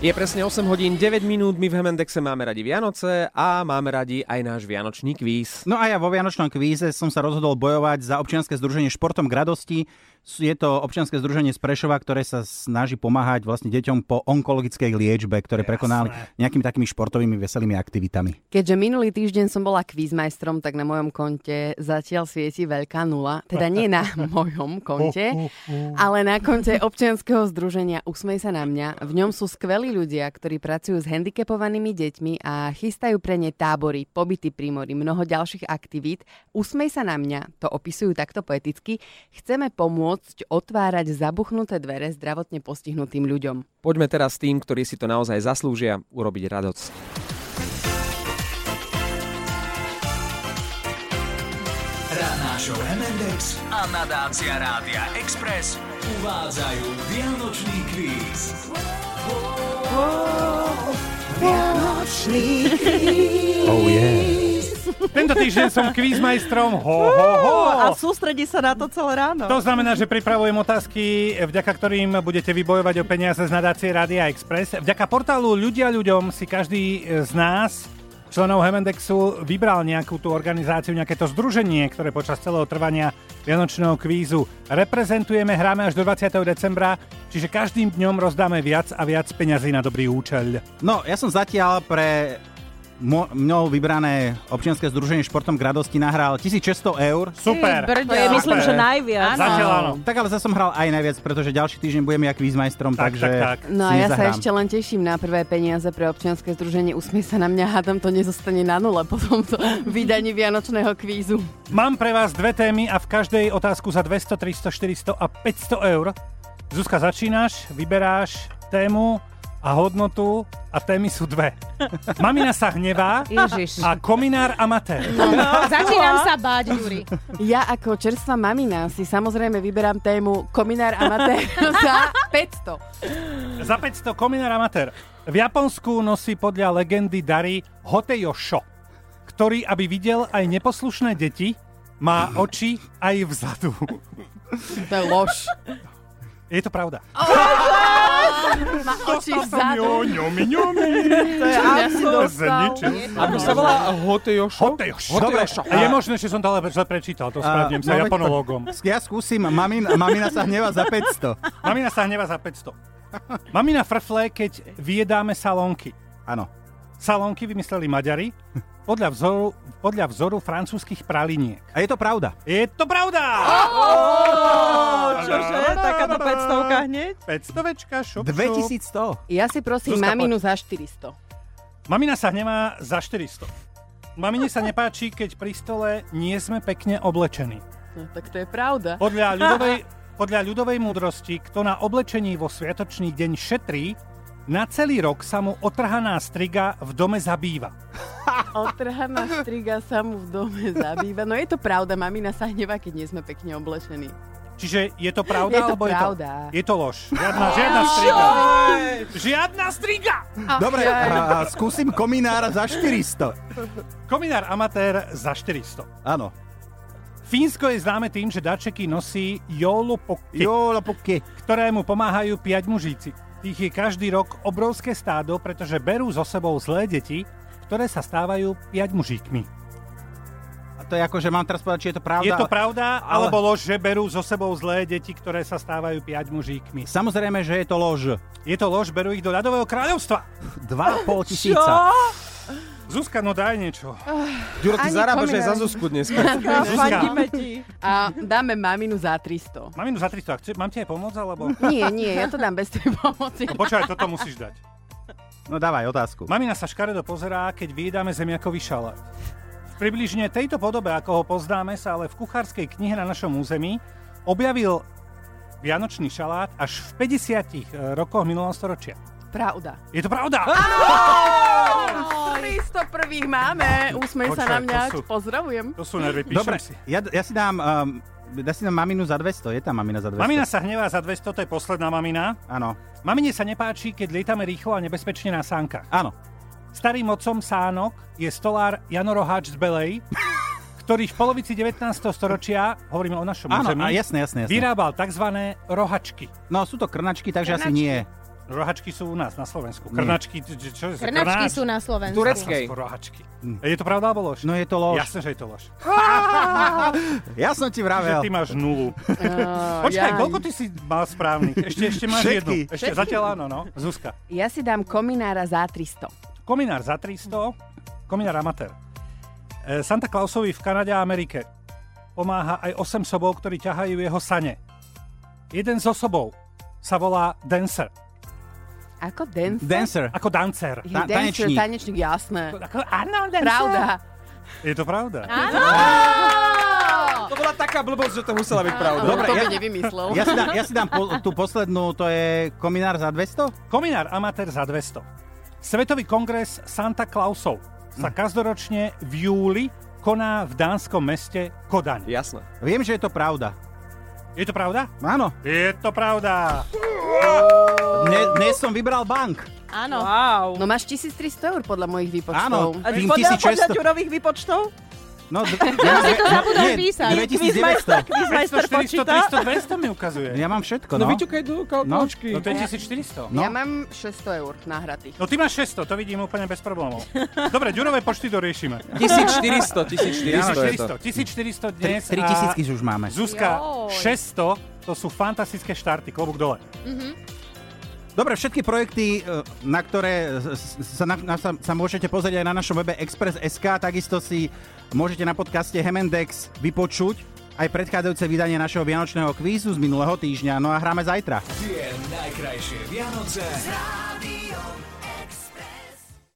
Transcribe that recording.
Je presne 8 hodín 9 minút, my v Hemendexe máme radi Vianoce a máme radi aj náš Vianočný kvíz. No a ja vo Vianočnom kvíze som sa rozhodol bojovať za občianske združenie Športom k radosti. Je to občianske združenie z Prešova, ktoré sa snaží pomáhať vlastne deťom po onkologickej liečbe, ktoré prekonali nejakými takými športovými veselými aktivitami. Keďže minulý týždeň som bola quizmajstrom, tak na mojom konte zatiaľ svieti veľká nula. Teda nie na mojom konte, ale na konte občianskeho združenia Usmej sa na mňa. V ňom sú skvelí ľudia, ktorí pracujú s handicapovanými deťmi a chystajú pre ne tábory, pobyty pri mori, mnoho ďalších aktivít. Usmej sa na mňa, to opisujú takto poeticky. Chceme pomôcť otvárať zabuchnuté dvere zdravotne postihnutým ľuďom. Poďme teraz tým, ktorí si to naozaj zaslúžia, urobiť radosť. Ranná show MNDX a nadácia Rádia Express uvádzajú Vianočný kvíz. Oh yeah. Tento týždeň som quizmajstrom. Ho, ho, ho. A sústredí sa na to celé ráno. To znamená, že pripravujem otázky, vďaka ktorým budete vybojovať o peniaze z nadácie Rádia Express. Vďaka portálu Ľudia ľuďom si každý z nás členov Hemendexu vybral nejakú tú organizáciu, nejaké to združenie, ktoré počas celého trvania Vianočného kvízu reprezentujeme, hráme až do 20. decembra, čiže každým dňom rozdáme viac a viac peňazí na dobrý účel. No, ja som zatiaľ pre mo- mnou vybrané občianske združenie športom k radosti nahral 1600 eur. Super. To je, myslím, že najviac. Zatiaľ áno. Tak ale zase som hral aj najviac, pretože ďalší týždeň budem ja quizmajstrom, Tak, takže... tak, tak. No a si ja sa nezahrám. ešte len teším na prvé peniaze pre občianske združenie Usmej sa na mňa, hádam to nezostane na nule po tomto vydaní Vianočného kvízu. Mám pre vás dve témy a v každej otázku za 200, 300, 400 a 500 eur. Zuzka, začínaš, vyberáš tému a hodnotu a témy sú dve. Mamina sa hnevá Ježiš. a kominár amatér. Začínam sa báť, Juri. Ja ako čerstvá mamina si samozrejme vyberám tému kominár amatér za 500. Za 500 kominár amatér. V Japonsku nosí podľa legendy dary Hoteyo Sho, ktorý, aby videl aj neposlušné deti, má oči aj vzadu. To je lož. Je to pravda. Oh Má oči vzadu. ňomi, ňomi. To je absolút. Zničil. Ako sa volá Hotejošo? Hotejošo. Dobre, a je možné, že som to ale zle prečítal, to spravdem no, sa veď to- japonológom. Ja skúsim, mamin, mamina sa hneva za 500. Mamina sa hneva za 500. Mamina frfle, keď vyjedáme salónky. Áno. Salónky vymysleli Maďari podľa vzoru, podľa vzoru francúzskych praliniek. A je to pravda. Je to pravda! Čože? Takáto 500 hneď? 500 večka, šup, šup. 2100. Ja si prosím Zuzka, maminu za 400. Mamina sa hnevá za 400. Mamine sa nepáči, keď pri stole nie sme pekne oblečení. No, tak to je pravda. Podľa ľudovej, podľa ľudovej múdrosti, kto na oblečení vo sviatočný deň šetrí, na celý rok sa mu otrhaná striga v dome zabýva. Otrhaná striga sa mu v dome zabýva. No je to pravda, mamina sa hnevá, keď nie sme pekne oblečení. Čiže je to pravda, Je to alebo pravda. je to... Je to lož. Žiadna, žiadna striga. Žiadna striga! Dobre, a, a skúsim kominára za 400. Kominár amatér za 400. Áno. Fínsko je známe tým, že darčeky nosí joulupokky, Jo, lapuky. ktoré mu pomáhajú piať mužíci. Tých je každý rok obrovské stádo, pretože berú so sebou zlé deti, ktoré sa stávajú piať mužíkmi. A to je ako, že mám teraz povedať, či je to pravda. Je to pravda, ale- alebo lož, že berú so sebou zlé deti, ktoré sa stávajú piať mužíkmi? Samozrejme, že je to lož. Je to lož, berú ich do ľadového kráľovstva. 2,5 tisíca. Zuzka, no daj niečo. Ďuro, ty Ani zarábaš aj kominár. za Zuzku dneska. Fandíme ti. A dáme maminu za 300. Mám minus za 300, ak chce- mám ti aj pomôcť, alebo... Nie, nie, ja to dám bez tej pomoci. No počkaj, toto musíš dať. No dávaj otázku. Mamina sa škaredo pozerá, keď vyjedáme zemiakový šalát. V približne tejto podobe, ako ho poznáme, sa ale v kuchárskej knihe na našom území objavil vianočný šalát až v 50 rokoch minulého storočia. Pravda. Je to pravda? 300 prvých máme. Úsmej sa Počkaj, na mňa. to sú- Pozdravujem. To sú nervy, píšem Dobre, si. ja, ja si dám... Um, ja si dám maminu za 200, je tam mamina za 200. Mamina sa hnevá za 200, to je posledná mamina. Áno, Mamine sa nepáči, keď lietame rýchlo a nebezpečne na sánkach. áno. Starým mocom sánok je stolár Jano Roháč z Belej, ktorý v polovici 19. storočia, hovoríme o našom Áno, území, a jasné, jasné, jasné. vyrábal tzv. rohačky. No sú to krnačky, takže asi nie. Rohačky sú u nás na Slovensku. Krnačky, čo, čo je Krnačky sú na Slovensku. Turecké. Hej. Rohačky. Je to pravda alebo lož? No je to lož. Jasné, že je to lož. Ja som ti Že vravel. ty máš nulu. Počkaj, koľko ty si mal správnych? Ešte, ešte máš Všetky. jednu. Ešte No, Všetky? zatiaľ áno, no. Zuzka. Ja si dám kominára za 300. Kominár za 300, kominár amatér. E, Santa Clausovi v Kanade a Amerike pomáha aj 8 sobov, ktorí ťahajú jeho sane. Jeden zo sobov sa volá dancer. Ako dancer? Dancer. Ako dancer. Je Ta- dancer, tanečník. tanečník, jasné. Ako, áno, dancer. Pravda. Je to pravda. Áno! To bola taká blbosť, že to musela byť pravda. Dobre, to ja- by nevymyslel. Ja si dám, ja si dám po, tú poslednú, to je kominár za 200? Kominár amatér za 200. Svetový kongres Santa Clausov sa každoročne v júli koná v dánskom meste Kodaň. Jasné. Viem, že je to pravda. Je to pravda? Áno, Je to pravda. dnes, dnes som vybral bank. Áno. Wow. No máš 1300 eur podľa mojich Áno. výpočtov. A Tým podľa, 1600. podľa ťurových výpočtov? No, d- si to zabudol nie, písať. 2900. 400, Quizmeister počíta. 300, 200 mi ukazuje. Ja mám všetko, No, no. vyťukaj do kalkulačky. No to je 1400. No. Ja mám 600 eur nahratých. No ty máš 600, to vidím úplne bez problémov. Dobre, ďurové počty doriešime. 1400, 1400 je to. 1400, 1400 Tri- dnes tri a tisícky už máme. Zuzka Joj. 600, to sú fantastické štarty, klobúk dole. Dobre, všetky projekty, e, na ktoré s- s- sa, na, na, sa, sa môžete pozrieť aj na našom webe Express.sk, takisto si môžete na podcaste Hemendex vypočuť aj predchádzajúce vydanie našeho vianočného kvízu z minulého týždňa. No a hráme zajtra. Tie najkrajšie Vianoce s